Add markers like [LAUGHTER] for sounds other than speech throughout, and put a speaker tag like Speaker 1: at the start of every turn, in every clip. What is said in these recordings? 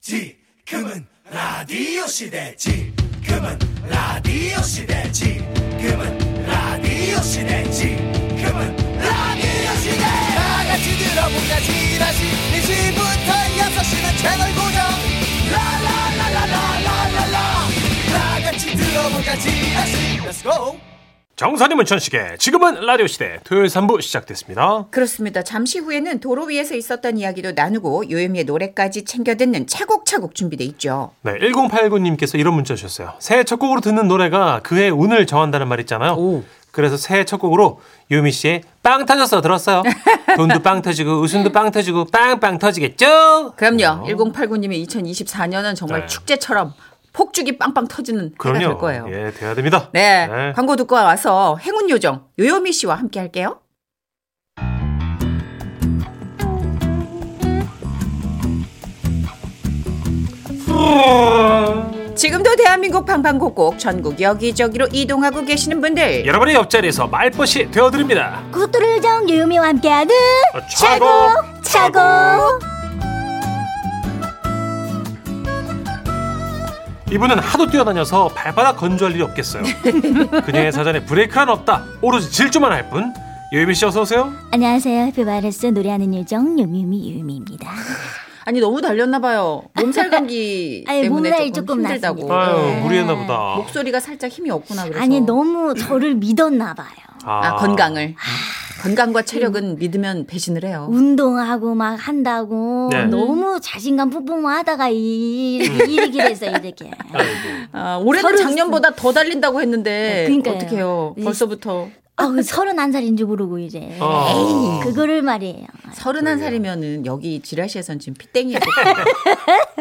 Speaker 1: 지금은 라디오 시대 지금은 라디오 시대 지금은 라디오 시대 지금은 라디오 시대 다 같이 들어보자 지라시 1시부터 6시는 채널 고정 라라라라라라라라 다 같이 들어보자 지라시 Let's go
Speaker 2: 정선이 문천식의 지금은 라디오 시대 토요일 3부 시작됐습니다.
Speaker 3: 그렇습니다. 잠시 후에는 도로 위에서 있었던 이야기도 나누고 요요미의 노래까지 챙겨 듣는 차곡차곡 준비돼 있죠.
Speaker 2: 네, 1089님께서 이런 문자 주셨어요. 새해 첫 곡으로 듣는 노래가 그의 운을 정한다는 말 있잖아요. 그래서 새해 첫 곡으로 유미 씨의 빵 터졌어 들었어요. 돈도 빵 터지고 웃음도 빵 터지고 빵빵 터지겠죠?
Speaker 3: 그럼요. 1089님의 2024년은 정말
Speaker 2: 네.
Speaker 3: 축제처럼 폭죽이 빵빵 터지는 해가 될
Speaker 2: 그럼요.
Speaker 3: 거예요.
Speaker 2: 예, 돼야 됩니다.
Speaker 3: 네, 광고 듣고 와서 행운 요정 요요미 씨와 함께 할게요. 지금도 대한민국 방방곡곡 전국 여기저기로 이동하고 계시는 분들
Speaker 2: 여러분의 옆자리에서 말벗이 되어드립니다.
Speaker 4: 구두르정 유미와 함께하는
Speaker 2: 아,
Speaker 4: 최고 차고
Speaker 2: 이분은 하도 뛰어다녀서 발바닥 건조할 일이
Speaker 3: [LAUGHS]
Speaker 2: 없겠어요. 그녀의 사전에 브레이크란 없다. 오로지 질주만 할 뿐. 유미 씨 어서 오세요.
Speaker 4: 안녕하세요 해피바이러스 노래하는 요정 유미유미 유미입니다
Speaker 3: 아니 너무 달렸나 봐요. 몸살 감기
Speaker 4: [LAUGHS] 아니,
Speaker 3: 때문에
Speaker 4: 몸살
Speaker 3: 조금,
Speaker 4: 조금
Speaker 3: 힘들다고.
Speaker 4: 났습니다.
Speaker 2: 아유
Speaker 4: 네.
Speaker 2: 무리했나 보다.
Speaker 3: 목소리가 살짝 힘이 없구나 그래서.
Speaker 4: 아니 너무 저를 믿었나 봐요
Speaker 3: 아, 건강을 건강과 체력은 믿으면 배신을 해요.
Speaker 4: 운동하고 막 한다고
Speaker 2: 네.
Speaker 4: 너무 자신감 뿜뿜 하다가 이- 이렇게 됐어요 이렇게
Speaker 3: 아, 올해는
Speaker 4: 서른
Speaker 3: 작년보다 더 달린다고 했는데
Speaker 4: 네, 그러니까요.
Speaker 3: 어떡해요.
Speaker 4: 이-
Speaker 3: 벌써부터
Speaker 4: 아, 서른 한 살인 줄 모르고 이제
Speaker 2: 아.
Speaker 4: 에이, 그거를 말이에요
Speaker 3: 서른한 살이면은 여기 지라시에선 지금 피땡이에요.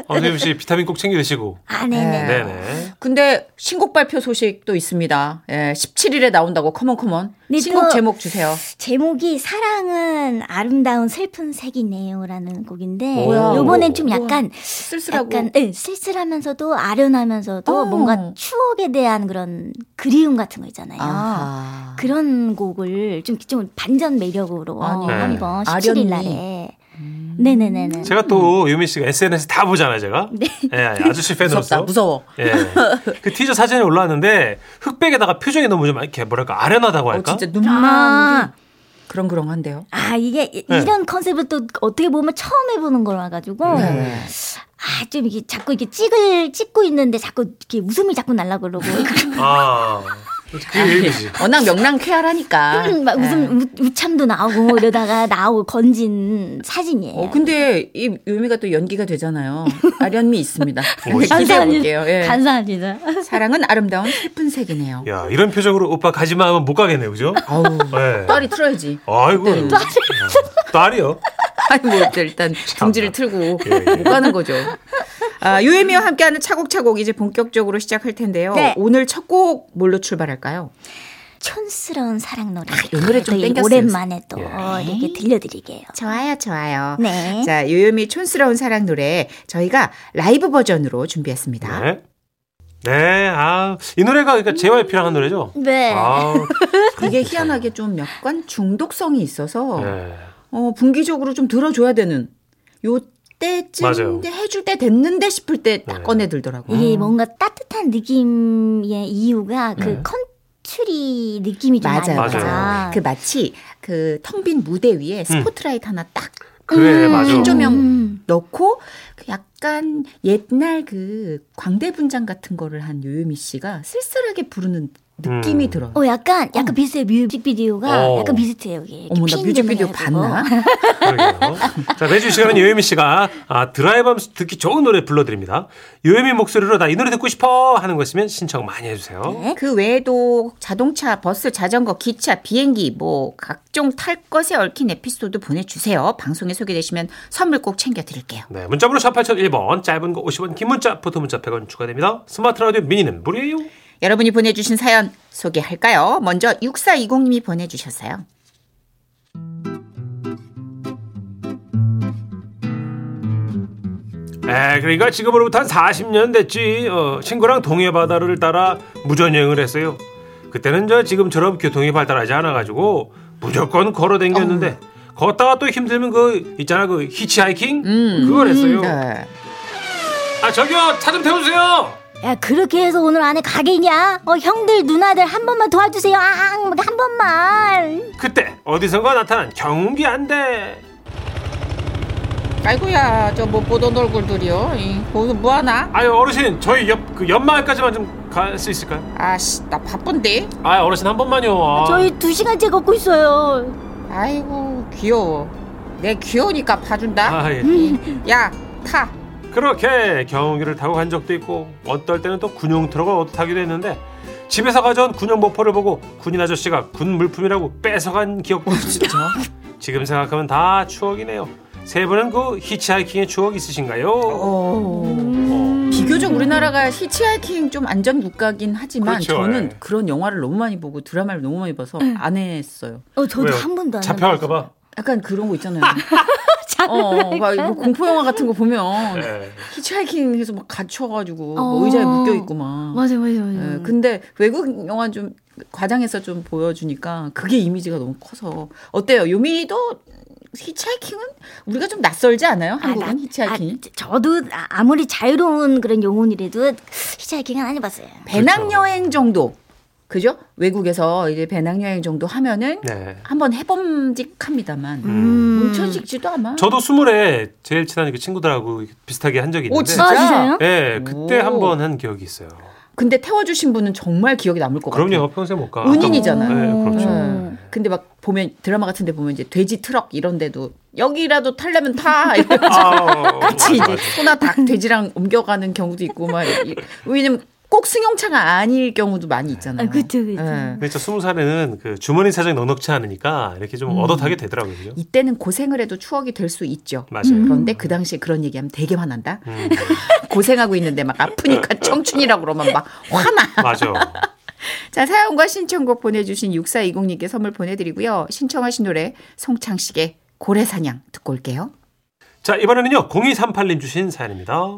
Speaker 2: 언유미 어, 씨 비타민 꼭 챙겨 드시고.
Speaker 4: 아
Speaker 3: [LAUGHS]
Speaker 4: 네네
Speaker 3: 네.
Speaker 2: 네네.
Speaker 3: [LAUGHS] 근데 신곡 발표 소식도 있습니다. 예, 17일에 나온다고 커먼 커먼.
Speaker 4: 네,
Speaker 3: 신곡
Speaker 4: 또-
Speaker 3: 제목 주세요.
Speaker 4: 제목이 사랑은 아름다운 슬픈 색이네요라는 곡인데
Speaker 2: 뭐야.
Speaker 4: 요번엔 좀 약간
Speaker 3: 쓸쓸하고
Speaker 4: 약간 예, 쓸쓸하면서도 아련하면서도
Speaker 3: 어.
Speaker 4: 뭔가 추억에 대한 그런 그리움 같은 거 있잖아요.
Speaker 3: 아.
Speaker 4: 그런 곡을 좀, 좀 반전 매력으로
Speaker 3: 아니,
Speaker 4: 한번
Speaker 3: 네. 음.
Speaker 4: 17일
Speaker 3: 아련미.
Speaker 4: 날에 네네네네
Speaker 2: 제가 또 유미 씨가 SNS 다 보잖아요, 제가. 네. 예, 아저씨
Speaker 3: 무섭다.
Speaker 2: 팬으로서.
Speaker 3: 무서워. 어,
Speaker 2: 예. 그 티저 사진이 올라왔는데 흑백에다가 표정이 너무 좀 이렇게 뭐랄까 아련하다고
Speaker 3: 어,
Speaker 2: 할까?
Speaker 3: 진짜 눈만
Speaker 4: 아,
Speaker 3: 그렁그렁한데요.
Speaker 4: 아 이게 이-
Speaker 2: 네.
Speaker 4: 이런 컨셉을 또 어떻게 보면 처음 해보는 거라 가지고
Speaker 3: 네.
Speaker 4: 아좀 이게 자꾸 이렇게 찍을 찍고 있는데 자꾸 이렇게 웃음이 자꾸 날라 그러고
Speaker 3: [LAUGHS]
Speaker 4: [LAUGHS]
Speaker 2: 아. 그게
Speaker 3: 네.
Speaker 2: 예비지.
Speaker 3: 워낙 명랑쾌활하니까. 예.
Speaker 4: 음, 막
Speaker 3: 네.
Speaker 4: 웃음 우- 우참도 나오고 이러다가 나오고 건진 사진이에요.
Speaker 3: 어, 근데 이 의미가 또 연기가 되잖아요. 아련미 있습니다.
Speaker 2: 멋있다.
Speaker 3: 기대해 볼게요. 예.
Speaker 4: 감사합니다.
Speaker 3: 사랑은 아름다운 슬픈 색이네요.
Speaker 2: 야, 이런 표정으로 오빠 가지마 하면 못 가겠네요. 그죠?
Speaker 3: 아우.
Speaker 2: 예.
Speaker 3: 딸이 네. 틀어야지.
Speaker 2: 아이고. 딸이요?
Speaker 3: 아니 뭐 일단 중지를 틀고
Speaker 2: 예, 예.
Speaker 3: 못 가는 거죠. 아, 유혜미와 함께하는 차곡차곡 이제 본격적으로 시작할 텐데요.
Speaker 4: 네.
Speaker 3: 오늘 첫 곡 뭘로 출발할까요?
Speaker 4: 촌스러운 사랑 노래.
Speaker 3: 아, 이 노래 좀
Speaker 4: 또 이게
Speaker 3: 땡겼어요.
Speaker 4: 오랜만에 또 이렇게 들려드리게요.
Speaker 3: 좋아요, 좋아요.
Speaker 4: 네.
Speaker 3: 자, 유혜미 촌스러운 사랑 노래 저희가 라이브 버전으로 준비했습니다.
Speaker 2: 네. 네, 아, 이 노래가 그러니까 JYP랑 한 노래죠?
Speaker 3: [LAUGHS]
Speaker 4: 네.
Speaker 2: 아,
Speaker 3: 이게 희한하게 좀 약간 중독성이 있어서
Speaker 2: 네.
Speaker 3: 어, 분기적으로 좀 들어줘야 되는 요 때쯤
Speaker 2: 맞아요.
Speaker 3: 해줄 때 됐는데 싶을 때 딱
Speaker 2: 네.
Speaker 3: 꺼내 들더라고요.
Speaker 4: 이게 뭔가 따뜻한 느낌의 이유가 그 컨츄리 느낌이 좀
Speaker 3: 네. 음. 맞아요.
Speaker 4: 나니까.
Speaker 2: 맞아요. 음.
Speaker 3: 그 마치 그 텅 빈 무대 위에 스포트라이트 하나 딱 음.
Speaker 2: 그래, 네, 맞아.
Speaker 3: 조명
Speaker 4: 음.
Speaker 3: 넣고 그 약간 옛날 그 광대 분장 같은 거를 한 요요미 씨가 쓸쓸하게 부르는 느낌이
Speaker 2: 음.
Speaker 3: 들어요.
Speaker 4: 어 약간 약간 비슷해요 뮤직비디오가
Speaker 2: 어.
Speaker 4: 약간 비슷해요 이게.
Speaker 3: 어머 나
Speaker 4: 핀
Speaker 3: 뮤직비디오
Speaker 4: 조명해가지고.
Speaker 3: 봤나?
Speaker 2: 그러게요. 자, 매주 이 시간은 요예미 씨가 아, 드라이브 하면서 듣기 좋은 노래 불러드립니다. 요예미 목소리로 나 이 노래 듣고 싶어 하는 거 있으면 신청 많이 해주세요.
Speaker 3: 그 외에도 자동차, 버스, 자전거, 기차, 비행기 뭐 각종 탈 것에 얽힌 에피소드 보내주세요. 방송에 소개되시면 선물 꼭 챙겨드릴게요.
Speaker 2: 네, 문자번호 샵 8001번, 짧은 거 50원, 긴 문자, 포토 문자 100원 추가됩니다. 스마트 라디오 미니는 무료예요.
Speaker 3: 여러분이 보내주신 사연 소개할까요? 먼저 6420님이 보내주셨어요.
Speaker 2: 에, 그러니까 지금으로부터 한 40년 됐지. 어, 친구랑 동해 바다를 따라 무전여행을 했어요. 그때는 저 지금처럼 교통이 발달하지 않아가지고 무조건 걸어 댕겼는데
Speaker 3: 음,
Speaker 2: 걷다가 또 힘들면 그 있잖아 그 히치하이킹 그걸 했어요.
Speaker 3: 네.
Speaker 2: 아 저기요 차 좀 태워주세요.
Speaker 4: 야 그렇게 해서 오늘 안에 가겠냐? 어 형들 누나들 한 번만 도와주세요. 아한 번만.
Speaker 2: 그때 어디선가 나타난 경운기 안돼.
Speaker 5: 아이고야 저
Speaker 3: 뭐
Speaker 5: 못 보던 얼굴들이요. 이, 거기서 뭐 하나?
Speaker 2: 아유 어르신 저희 옆 그 연마을까지만 좀 갈 수 있을까요?
Speaker 5: 아씨 나 바쁜데.
Speaker 2: 아 어르신 한 번만요. 아.
Speaker 4: 저희 두 시간째 걷고 있어요.
Speaker 5: 아이고 귀여워. 내 귀여우니까 봐준다.
Speaker 2: 아, 예.
Speaker 5: 야 타.
Speaker 2: 그렇게 경운기를 타고 간 적도 있고 어떨 때는 또 군용 트럭을 얻어 타기도 했는데 집에서 가져온 군용 모포를 보고 군인 아저씨가 군 물품이라고 뺏어간 기억도 진짜? 지금 생각하면 다 추억이네요 세 분은 그 히치하이킹의 추억 있으신가요? 어.
Speaker 3: 비교적 우리나라가 히치하이킹 좀 안전 국가긴 하지만
Speaker 2: 그렇죠,
Speaker 3: 저는
Speaker 2: 예.
Speaker 3: 그런 영화를 너무 많이 보고 드라마를 너무 많이 봐서 안 했어요.
Speaker 4: 어 저도
Speaker 2: 왜요?
Speaker 4: 한 번도 안.
Speaker 2: 잡혀갈까봐?
Speaker 3: 음. 약간 그런 거 있잖아요. [LAUGHS] 어, 막 이거 공포 영화 같은 거 보면
Speaker 2: 예.
Speaker 3: 히치하이킹해서 막 갇혀가지고 뭐
Speaker 4: 어.
Speaker 3: 의자에 묶여 있고 막.
Speaker 4: 맞아요 맞아요 맞아요.
Speaker 3: 예, 근데 외국 영화 좀 과장해서 좀 보여주니까 그게 이미지가 너무 커서 어때요? 요미도 히치하이킹은 우리가 좀 낯설지 않아요? 한국은
Speaker 4: 난-
Speaker 3: 히치하이킹?
Speaker 4: 아, 저도 아- 아무리 자유로운 그런 영혼이라도 히치하이킹은 안 해봤어요.
Speaker 2: 그렇죠.
Speaker 3: 배낭여행 정도. 그죠? 외국에서 이제 배낭여행 정도 하면은
Speaker 2: 네.
Speaker 3: 한번 해봄직합니다만.
Speaker 2: 음.
Speaker 3: 문천식지도 아마.
Speaker 2: 저도 스물에 제일 친한 그 친구들하고 비슷하게 한 적이
Speaker 3: 오,
Speaker 2: 있는데
Speaker 3: 진짜?
Speaker 4: 아, 진짜요?
Speaker 2: 예, 그때
Speaker 3: 오.
Speaker 2: 한 번 한 기억이 있어요
Speaker 3: 근데 태워주신 분은 정말 기억에 남을 것 같아요.
Speaker 2: 그럼요 평생 못가
Speaker 3: 은인이잖아요.
Speaker 2: 네, 그렇죠
Speaker 4: 음.
Speaker 3: 예. 근데 막 보면 드라마 같은 데 보면 이제 돼지 트럭 이런 데도 여기라도 타려면 [LAUGHS] 타. 이러면서
Speaker 2: 아,
Speaker 3: 같이
Speaker 2: 맞아,
Speaker 3: 이제
Speaker 2: 맞아.
Speaker 3: 소나 닭 돼지랑 옮겨가는 경우도 있고 막 이- 왜냐면 꼭 승용차가 아닐 경우도 많이 있잖아요.
Speaker 4: 아, 그쵸, 그쵸.
Speaker 3: 예.
Speaker 2: 근데 저 스무 살에는 그 주머니 사정이 넉넉치 않으니까 이렇게
Speaker 3: 음.
Speaker 2: 좀 얻어타게 되더라고요. 그죠?
Speaker 3: 이때는 고생을 해도 추억이 될 수 있죠.
Speaker 2: 맞아요.
Speaker 3: 그런데 그 당시에 그런 얘기하면 되게 화난다.
Speaker 2: 음,
Speaker 3: [LAUGHS] 고생하고 있는데 막
Speaker 2: [LAUGHS]
Speaker 3: 아프니까 청춘이라고 그러면 막 화나.
Speaker 2: 맞아.
Speaker 3: 자, 사연과 신청곡 보내주신 6420님께 선물 보내드리고요. 신청하신 노래 송창식의 고래사냥 듣고 올게요.
Speaker 2: 자, 이번에는요. 0238님 주신 사연입니다.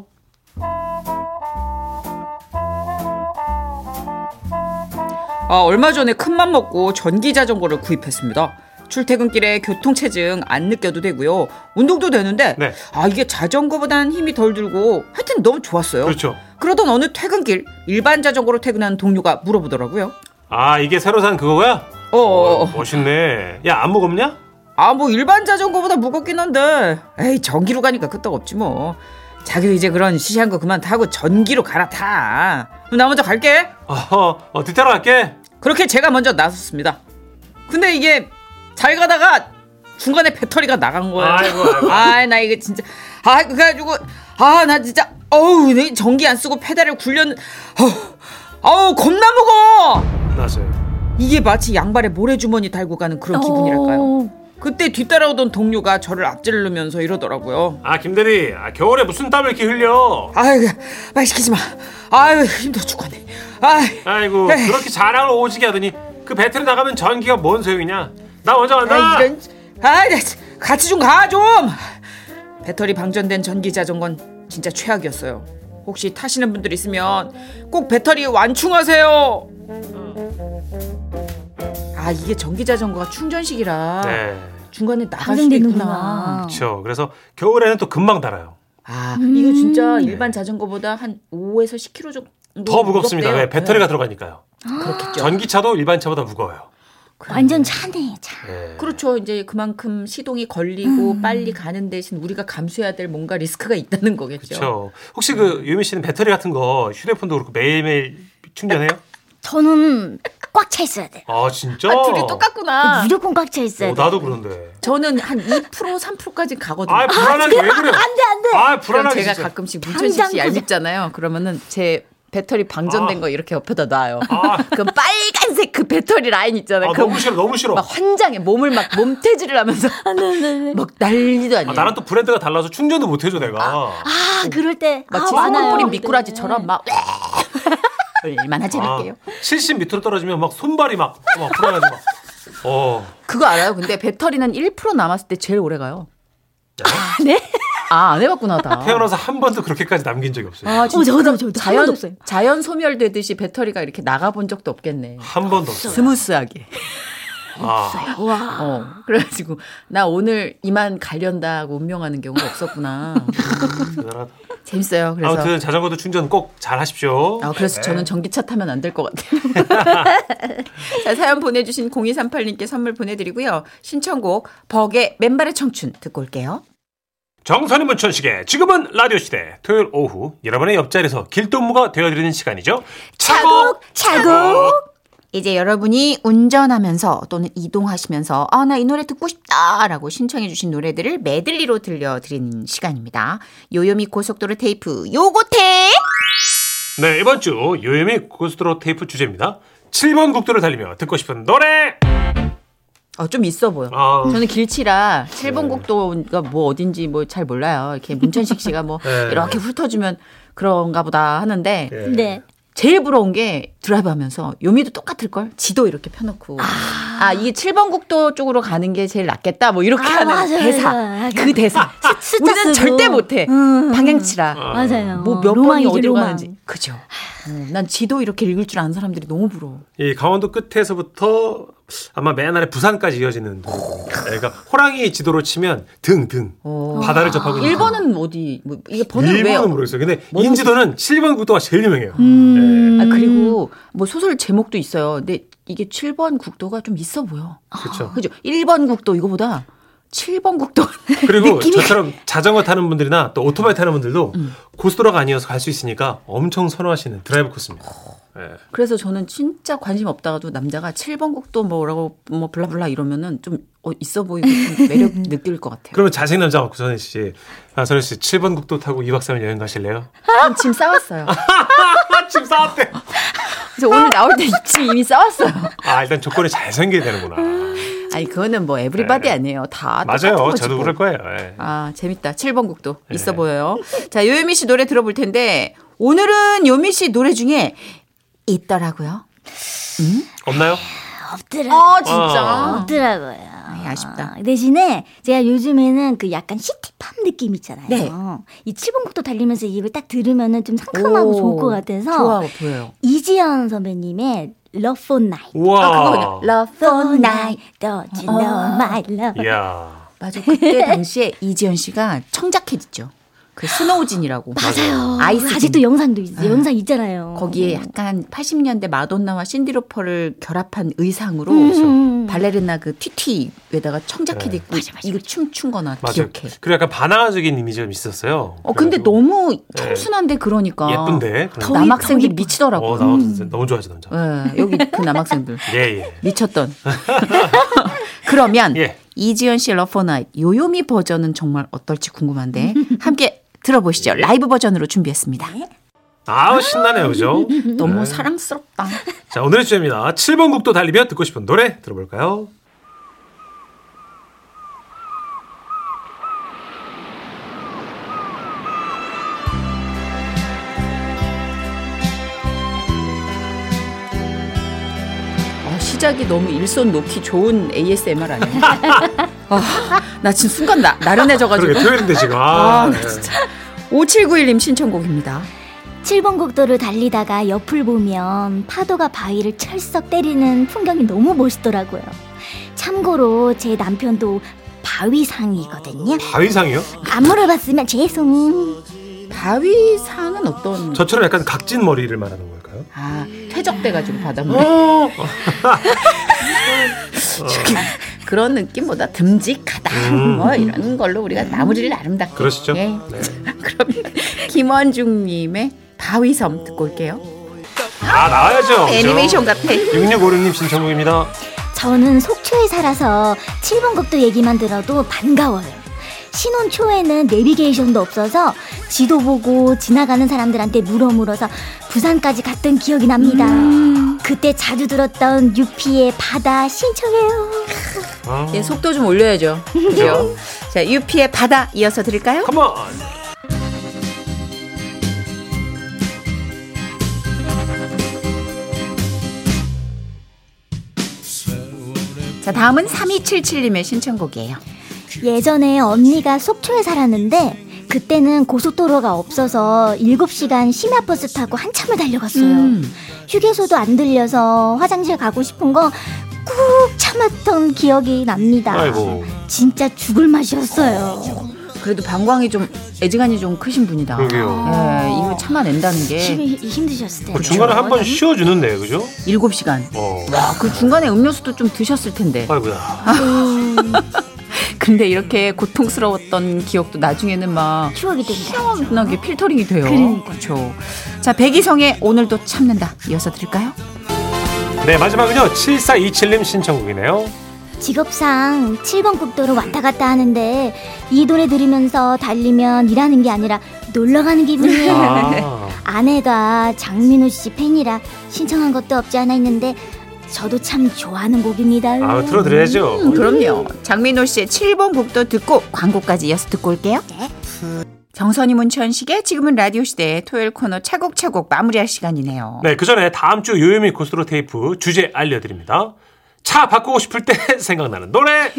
Speaker 5: 아, 얼마 전에 큰맘 먹고 전기 자전거를 구입했습니다. 출퇴근길에 교통체증 안 느껴도 되고요. 운동도 되는데
Speaker 2: 네.
Speaker 5: 아 이게 자전거보단 힘이 덜 들고 하여튼 너무 좋았어요.
Speaker 2: 그렇죠.
Speaker 5: 그러던 어느 퇴근길 일반 자전거로 퇴근하는 동료가 물어보더라고요.
Speaker 2: 아, 이게 새로 산 그거야?
Speaker 5: 어, 어, 어.
Speaker 2: 멋있네. 야, 안 무겁냐?
Speaker 5: 아 뭐 일반 자전거보다 무겁긴 한데 에이 전기로 가니까 끄떡없지 뭐. 자기도 이제 그런 시시한 거 그만 타고 전기로 갈아타. 그럼 나 먼저 갈게.
Speaker 2: 어허, 어, 뒤따라 갈게.
Speaker 5: 그렇게 제가 먼저 나섰습니다. 근데 이게 잘 가다가 중간에 배터리가 나간 거예요.
Speaker 2: 아이고,
Speaker 5: [LAUGHS]
Speaker 2: 아이고.
Speaker 5: 아이, 나 이거 진짜 아 그래가지고 아 나 진짜 어우 내 전기 안 쓰고 페달을 굴렸는 어우 아우 겁나 무거워.
Speaker 2: 맞아요.
Speaker 5: 이게 마치 양발에 모래주머니 달고 가는 그런 기분이랄까요.
Speaker 4: 어,
Speaker 5: 그때 뒤따라오던 동료가 저를 앞지르면서 이러더라고요.
Speaker 2: 아, 김대리. 아, 겨울에 무슨 땀을 이렇게 흘려?
Speaker 5: 아유 말 시키지 마. 아유 힘들어 죽겠네. 아이
Speaker 2: 아이고,
Speaker 5: 에이.
Speaker 2: 그렇게 자랑을 오지게 하더니 그 배터리 나가면 전기가 뭔 소용이냐? 나 먼저 간다.
Speaker 5: 아, 이런. 아, 나 진- 같이 좀 가 좀. 배터리 방전된 전기 자전거는 진짜 최악이었어요. 혹시 타시는 분들 있으면 꼭 배터리 완충하세요. 아 이게 전기 자전거가 충전식이라
Speaker 2: 네.
Speaker 5: 중간에 나갈 수도 있구나.
Speaker 3: 아,
Speaker 4: 방전되는구나.
Speaker 2: 그렇죠. 그래서 겨울에는 또 금방 달아요.
Speaker 5: 아 이거 진짜
Speaker 3: 음.
Speaker 5: 일반 자전거보다 한 5에서 10km 정도
Speaker 2: 네. 더 무겁습니다.
Speaker 5: 무겁대요.
Speaker 2: 왜? 배터리가 들어가니까요.
Speaker 5: 네,
Speaker 3: 아,
Speaker 5: 그렇겠죠.
Speaker 2: 전기차도 일반차보다 무거워요.
Speaker 4: 완전 차네 차.
Speaker 2: 예.
Speaker 3: 그렇죠. 이제 그만큼 시동이 걸리고 빨리 가는 대신 우리가 감수해야 될 뭔가 리스크가 있다는 거겠죠.
Speaker 2: 그렇죠. 혹시 그 유미 씨는 배터리 같은 거 휴대폰도 그렇고 매일매일 충전해요?
Speaker 4: 저는 꽉 차 있어야 돼.
Speaker 2: 아 진짜?
Speaker 3: 아, 둘이 똑같구나.
Speaker 4: 무조건 꽉 차 있어야
Speaker 2: 어,
Speaker 4: 돼.
Speaker 2: 나도 그런데.
Speaker 3: 저는 한 2%, 3%까지 가거든요.
Speaker 2: 아 불안하게 왜 그래요?
Speaker 4: 안돼 안돼.
Speaker 2: 아
Speaker 3: 그럼
Speaker 2: 불안하게
Speaker 3: 제가
Speaker 2: 진짜.
Speaker 3: 가끔씩 문천식 씨
Speaker 4: 당장 보자.
Speaker 3: 얄밉잖아요. 그러면은 제 배터리 방전된
Speaker 2: 아.
Speaker 3: 거 이렇게 옆에다 놔요.
Speaker 2: 아.
Speaker 3: 그럼 빨간색 그 배터리 라인 있잖아요.
Speaker 2: 아
Speaker 3: 그럼
Speaker 2: 너무 싫어 너무 싫어.
Speaker 3: 막 환장해 몸을 막 몸태지를 하면서 막 난리도 아니에요.
Speaker 2: 아, 나랑 또 브랜드가 달라서 충전도 못 해줘 내가. 아,
Speaker 4: 아 그럴 때. 아,
Speaker 3: 마치
Speaker 4: 많아요.
Speaker 3: 소금 뿌린 미꾸라지처럼 막 [LAUGHS] 얼마나
Speaker 2: 아.
Speaker 3: 재밌게요.
Speaker 2: 70 밑으로 떨어지면 막 손발이 막, 막 불안하지 막. 어.
Speaker 3: 그거 알아요? 근데 배터리는 1% 남았을 때 제일 오래 가요.
Speaker 4: 네?
Speaker 3: 아, 안 해봤구나, 다.
Speaker 2: 태어나서 한 번도 그렇게까지 남긴 적이 없어요.
Speaker 3: 아,
Speaker 4: 어
Speaker 3: 진짜.
Speaker 4: 저도 저도
Speaker 3: 자연,
Speaker 4: 자연 없어요.
Speaker 3: 자연 소멸되듯이 배터리가 이렇게 나가본 적도 없겠네.
Speaker 2: 한 번도 없어요.
Speaker 3: [LAUGHS] 스무스하게.
Speaker 2: 아,
Speaker 4: 와.
Speaker 3: 어. 그래가지고, 나 오늘 이만 갈련다고 운명하는 경우가 없었구나.
Speaker 2: 대단하다.
Speaker 3: [LAUGHS] 재밌어요. 그래서
Speaker 2: 아무튼 네. 자전거도 충전 꼭 잘 하십시오.
Speaker 3: 아, 그래서 저는 전기차 타면 안 될 것 같아요.
Speaker 2: [LAUGHS]
Speaker 3: 자, 사연 보내주신 0238님께 선물 보내드리고요. 신청곡, 버게 맨발의 청춘 듣고 올게요.
Speaker 2: 정선희 문천식의 지금은 라디오 시대 토요일 오후 여러분의 옆자리에서 길동무가 되어드리는 시간이죠. 차곡
Speaker 3: 차곡! 이제 여러분이 운전하면서 또는 이동하시면서 아, 나 이 노래 듣고 싶다 라고 신청해주신 노래들을 메들리로 들려드리는 시간입니다. 요요미 고속도로 테이프 요고테!
Speaker 2: 네 이번 주 요요미 고스트로 테이프 주제입니다. 7번 국도를 달리며 듣고 싶은 노래.
Speaker 3: 어, 좀 있어 보여.
Speaker 2: 아.
Speaker 3: 저는 길치라 7번 국도가 뭐 어딘지 뭐 잘 몰라요. 이렇게 문천식 씨가 뭐
Speaker 2: [LAUGHS] 네.
Speaker 3: 이렇게 훑어주면 그런가 보다 하는데
Speaker 4: 네.
Speaker 3: 제일 부러운 게 드라이브 하면서 요미도 똑같을걸? 지도 이렇게 펴놓고. 아, 이게 7번 국도 쪽으로 가는 게 제일 낫겠다. 뭐 이렇게
Speaker 4: 아,
Speaker 3: 하는
Speaker 4: 맞아요,
Speaker 3: 대사.
Speaker 4: 맞아요.
Speaker 3: 그 대사.
Speaker 4: 숫자
Speaker 3: 우리는
Speaker 4: 쓰고.
Speaker 3: 절대 못해.
Speaker 4: 음.
Speaker 3: 방향치라.
Speaker 4: 맞아요.
Speaker 3: 뭐 몇 번이
Speaker 4: 로망이죠,
Speaker 3: 어디로
Speaker 4: 로망.
Speaker 3: 가는지. 그죠. 어, 난 지도 이렇게 읽을 줄 아는 사람들이 너무 부러워.
Speaker 2: 이 강원도 끝에서부터 아마 맨 아래 부산까지 이어지는 그러니까 호랑이 지도로 치면 등등
Speaker 4: 어.
Speaker 2: 바다를 접하고 있는
Speaker 3: 1번은 어, 어디, 뭐, 이게 번호는 아, 왜?
Speaker 2: 1번은 모르겠어요. 근데 인지도는 7번 국도가 제일 유명해요.
Speaker 4: 음.
Speaker 3: 아, 그리고 뭐 소설 제목도 있어요. 근데 이게 7번 국도가 좀 있어 보여.
Speaker 2: 그렇죠.
Speaker 3: 그죠? 1번 국도 이거보다 7번 국도.
Speaker 2: 네. 그리고
Speaker 3: 느낌이 음.
Speaker 2: 저처럼 자전거 타는 분들이나 또 오토바이 타는 분들도 고속도로가 아니어서 갈 수 있으니까 엄청 선호하시는 드라이브 코스입니다. 예.
Speaker 3: 그래서 저는 진짜 관심 없다가도 남자가 7번 국도 뭐라고 뭐 블라블라 이러면은 좀 어, 있어 보이고
Speaker 4: [LAUGHS]
Speaker 3: 좀 매력 느낄 것 같아요.
Speaker 2: 그러면 자식 남자 고선희 씨, 아 선희 씨 7번 국도 타고 2박 3일 여행 가실래요?
Speaker 3: 그럼 지금 싸웠어요.
Speaker 2: 아침 싸웠대.
Speaker 3: 그래서 오늘 나올 때 [LAUGHS] 지금 이미 싸웠어요.
Speaker 2: 아 일단 조건이 잘 생겨야 되는구나.
Speaker 3: 아니 그거는 뭐 에브리바디
Speaker 2: 네.
Speaker 3: 아니에요. 다 똑같은
Speaker 2: 맞아요.
Speaker 3: 거지
Speaker 2: 저도 네.
Speaker 3: 뭐.
Speaker 2: 그럴 거예요. 예.
Speaker 3: 아, 재밌다. 7번 곡도 있어 보여요. 자, 요요미 씨 노래 들어볼 텐데, 오늘은 요미 씨 노래 중에 있더라고요.
Speaker 2: 없나요?
Speaker 4: 없더라고요.
Speaker 3: 어,
Speaker 2: 진짜?
Speaker 4: 없더라고요.
Speaker 3: 아이, 아쉽다.
Speaker 4: 대신에 제가 요즘에는 그 약간 시티팝 느낌 있잖아요.
Speaker 3: 네.
Speaker 4: 이 7번국도 달리면서 이 입을 딱 들으면은 좀 상큼하고
Speaker 3: 오,
Speaker 4: 좋을 것 같아서
Speaker 3: 좋아 보여요.
Speaker 4: 이지연 선배님의 Love for Night.
Speaker 2: 우와.
Speaker 3: 아, Love 아.
Speaker 4: For Night, don't you know my
Speaker 3: 예.
Speaker 4: love.
Speaker 2: 이야.
Speaker 3: 맞아. 그때 당시에 이지연 씨가 청자켓이죠. 그 스노우진이라고.
Speaker 2: 맞아요.
Speaker 3: 아이스 음.
Speaker 4: 아직도 영상도 있, 영상 있잖아요.
Speaker 3: 거기에 약간 80년대 마돈나와 신디로퍼를 결합한 의상으로 발레리나 그 튀튀에다가 청자켓 입고 이거 춤춘거나
Speaker 2: 네. 맞아요.
Speaker 3: 기억해.
Speaker 2: 그리고 약간 반항적인 이미지가 좀 있었어요.
Speaker 3: 어 근데
Speaker 2: 그래가지고 네.
Speaker 3: 너무 청순한데 그러니까
Speaker 2: 예쁜데.
Speaker 3: 더 남학생들
Speaker 4: 더 예뻐요.
Speaker 3: 미치더라고.
Speaker 2: 어,
Speaker 3: 요 음.
Speaker 2: 나 진짜 너무 좋아하지 남자.
Speaker 3: 예, 여기
Speaker 2: [LAUGHS]
Speaker 3: 그 남학생들
Speaker 2: 예 예.
Speaker 3: 미쳤던. [LAUGHS] 그러면
Speaker 2: 예.
Speaker 3: 이지연 씨 러퍼나잇 요요미 버전은 정말 어떨지 궁금한데 함께 들어보시죠. 라이브 버전으로 준비했습니다.
Speaker 2: 아우 신나네요,
Speaker 3: [LAUGHS]
Speaker 2: 그죠?
Speaker 3: 너무 뭐 사랑스럽다.
Speaker 2: 자 오늘의 주제입니다. 7번 국도 달리며 듣고 싶은 노래 들어볼까요?
Speaker 3: 어, 시작이 너무 일손 놓기 좋은 ASMR 아니야? [LAUGHS] 아, 나 지금 순간 나, 나른해져가지고.
Speaker 2: 그러게 토요일인데 지금. 아,
Speaker 3: [LAUGHS] 아,
Speaker 2: 예.
Speaker 3: 나 진짜. 5791님 신청곡입니다.
Speaker 4: 7번 국도를 달리다가 옆을 보면 파도가 바위를 철썩 때리는 풍경이 너무 멋있더라고요. 참고로 제 남편도 바위상이거든요.
Speaker 2: 바위상이요?
Speaker 3: 아.
Speaker 4: 안 물어봤으면 죄송.
Speaker 3: 바위상은 어떤?
Speaker 2: 저처럼 약간 각진 머리를 말하는 걸까요? 어,
Speaker 3: 아, 퇴적돼가지고 바닷물. 그런 느낌보다 듬직하다. 뭐 이런 걸로 우리가 마무리를 아름답게.
Speaker 2: 음. 그러시죠?
Speaker 3: 예.
Speaker 2: 네.
Speaker 3: [LAUGHS] 그러면 김원중님의 바위섬 듣고 올게요.
Speaker 2: 아 나와야죠.
Speaker 3: 애니메이션 같아.
Speaker 2: 6656님 신청곡입니다.
Speaker 4: 저는 속초에 살아서 7번 국도 얘기만 들어도 반가워요. 신혼 초에는 내비게이션도 없어서 지도 보고 지나가는 사람들한테 물어 물어서 부산까지 갔던 기억이 납니다. 그때 자주 들었던 유피의 바다 신청해요.
Speaker 2: 아,
Speaker 3: 예, 속도 좀 올려야죠. 그죠? 자, 유피의 바다 이어서 드릴까요?
Speaker 2: 컴온.
Speaker 3: 자, 다음은 3277님의 신청곡이에요.
Speaker 4: 예전에 언니가 속초에 살았는데 그때는 고속도로가 없어서 7시간 심야버스 타고 한참을 달려갔어요. 휴게소도 안 들려서 화장실 가고 싶은 거 꾹 참았던 기억이 납니다.
Speaker 2: 아이고.
Speaker 4: 진짜 죽을 맛이었어요.
Speaker 3: 그래도 방광이 좀 애지간히 좀 크신 분이다.
Speaker 2: 그러게요.
Speaker 3: 예, 이거 참아낸다는
Speaker 4: 네.
Speaker 3: 게
Speaker 4: 힘, 힘드셨을 때.
Speaker 2: 그 중간에 한 번 쉬어주는데 그죠?
Speaker 3: 일곱 시간
Speaker 2: 어.
Speaker 3: 와, 그 중간에 음료수도 좀 드셨을 텐데.
Speaker 2: 아이고야.
Speaker 4: 네. 음,
Speaker 3: 근데 이렇게 고통스러웠던 기억도 나중에는 막
Speaker 4: 추억이 됩니다.
Speaker 3: 시원하게 필터링이 돼요.
Speaker 4: 그러니까요.
Speaker 3: 그렇죠. 자, 백이성의 오늘도 참는다. 이어서 들을까요?
Speaker 2: 네, 마지막은요. 7427님 신청곡이네요.
Speaker 4: 직업상 7번 국도로 왔다 갔다 하는데 이 노래 들으면서 달리면 일하는 게 아니라 놀러 가는 기분이에요.
Speaker 2: 아.
Speaker 4: 아내가 장민호 씨 팬이라 신청한 것도 없지 않아 있는데 저도 참 좋아하는 곡입니다.
Speaker 2: 아, 들어드려야죠.
Speaker 3: 그럼요. 장민호 씨의 7번 곡도 듣고 광고까지 이어서 듣고 올게요.
Speaker 4: 네.
Speaker 3: 정선이 문천식의 지금은 라디오 시대 토요일 코너 차곡차곡 마무리할 시간이네요.
Speaker 2: 네, 그 전에 다음 주 요요미 고스로 테이프 주제 알려드립니다. 차 바꾸고 싶을 때 [LAUGHS] 생각나는 노래.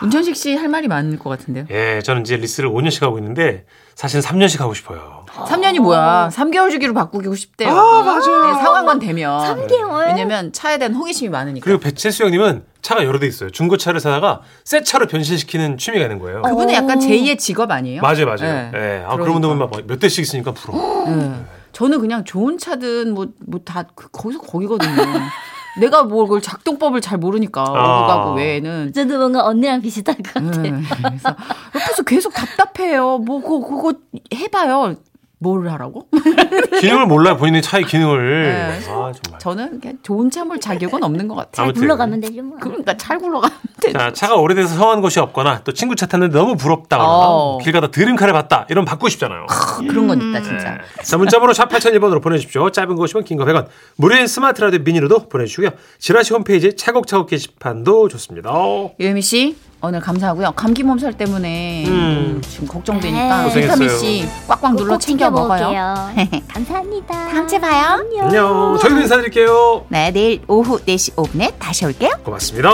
Speaker 3: 문천식 씨 할 말이 많을 것 같은데요.
Speaker 2: 예, 저는 이제 리스를 5년씩 하고 있는데 사실은 3년씩 하고 싶어요.
Speaker 3: 3년이 뭐야? 3개월 주기로 바꾸고 싶대요.
Speaker 2: 아,
Speaker 3: 네, 상황만 되면.
Speaker 4: 3개월?
Speaker 3: 왜냐면 차에 대한 호기심이 많으니까.
Speaker 2: 그리고 배칠수 형님은 차가 여러 대 있어요. 중고차를 사다가 새 차로 변신시키는 취미가 있는 거예요.
Speaker 3: 그분은
Speaker 4: 어.
Speaker 3: 약간 제2의 직업 아니에요?
Speaker 2: 맞아요, 맞아요.
Speaker 3: 네.
Speaker 2: 예, 아, 그런 분들 보면 막몇 대씩 있으니까 부러워.
Speaker 3: 네. 저는 그냥 좋은 차든 뭐 뭐 다 거기서 거기거든요. [LAUGHS] 내가 뭘 그걸 작동법을 잘 모르니까
Speaker 2: 아.
Speaker 3: 어디 가고 외에는
Speaker 4: 저도 뭔가 언니랑 비슷할
Speaker 3: 네,
Speaker 4: 것 같아요.
Speaker 2: 음.
Speaker 3: 그래서 옆에서 계속 답답해요. 뭐 그거, 그거 해봐요. 뭘 하라고?
Speaker 2: 기능을 몰라요, 본인의 차의 기능을.
Speaker 3: 네.
Speaker 2: 아, 정말.
Speaker 3: 저는 그냥 좋은 차 볼 자격은 없는 것 같아요.
Speaker 2: 아무튼.
Speaker 4: 불러가면 되죠 뭐.
Speaker 3: 그러니까 잘 굴러가면 돼.
Speaker 2: 예. 자, 차가 오래돼서 성한 곳이 없거나 또 친구 차 탔는데 너무 부럽다거나
Speaker 3: 어.
Speaker 2: 길 가다 드림카를 봤다. 이러면 바꾸고 싶잖아요. 예.
Speaker 3: 그런 건
Speaker 2: 음.
Speaker 3: 있다 진짜.
Speaker 2: 자, 문자번호 샵 8001번으로 보내주십시오. 짧은 거 50원, 긴거 100원. 무료인 스마트 라디오 미니로도 보내주시고요. 지라시 홈페이지 차곡차곡 게시판도 좋습니다.
Speaker 3: 유혜미 씨 오늘 감사하고요. 감기 몸살 때문에
Speaker 2: 음.
Speaker 3: 지금 걱정되니까
Speaker 4: 에이.
Speaker 3: 비타민
Speaker 2: 고생했어요.
Speaker 3: C 꽉꽉 눌러
Speaker 4: 꼭
Speaker 3: 챙겨 먹어요.
Speaker 4: 먹을게요. [LAUGHS] 감사합니다.
Speaker 3: 다음 주에 봐요.
Speaker 2: 안녕. 저희도 인사드릴게요.
Speaker 3: 네, 내일 오후 4시 5분에 다시 올게요.
Speaker 2: 고맙습니다.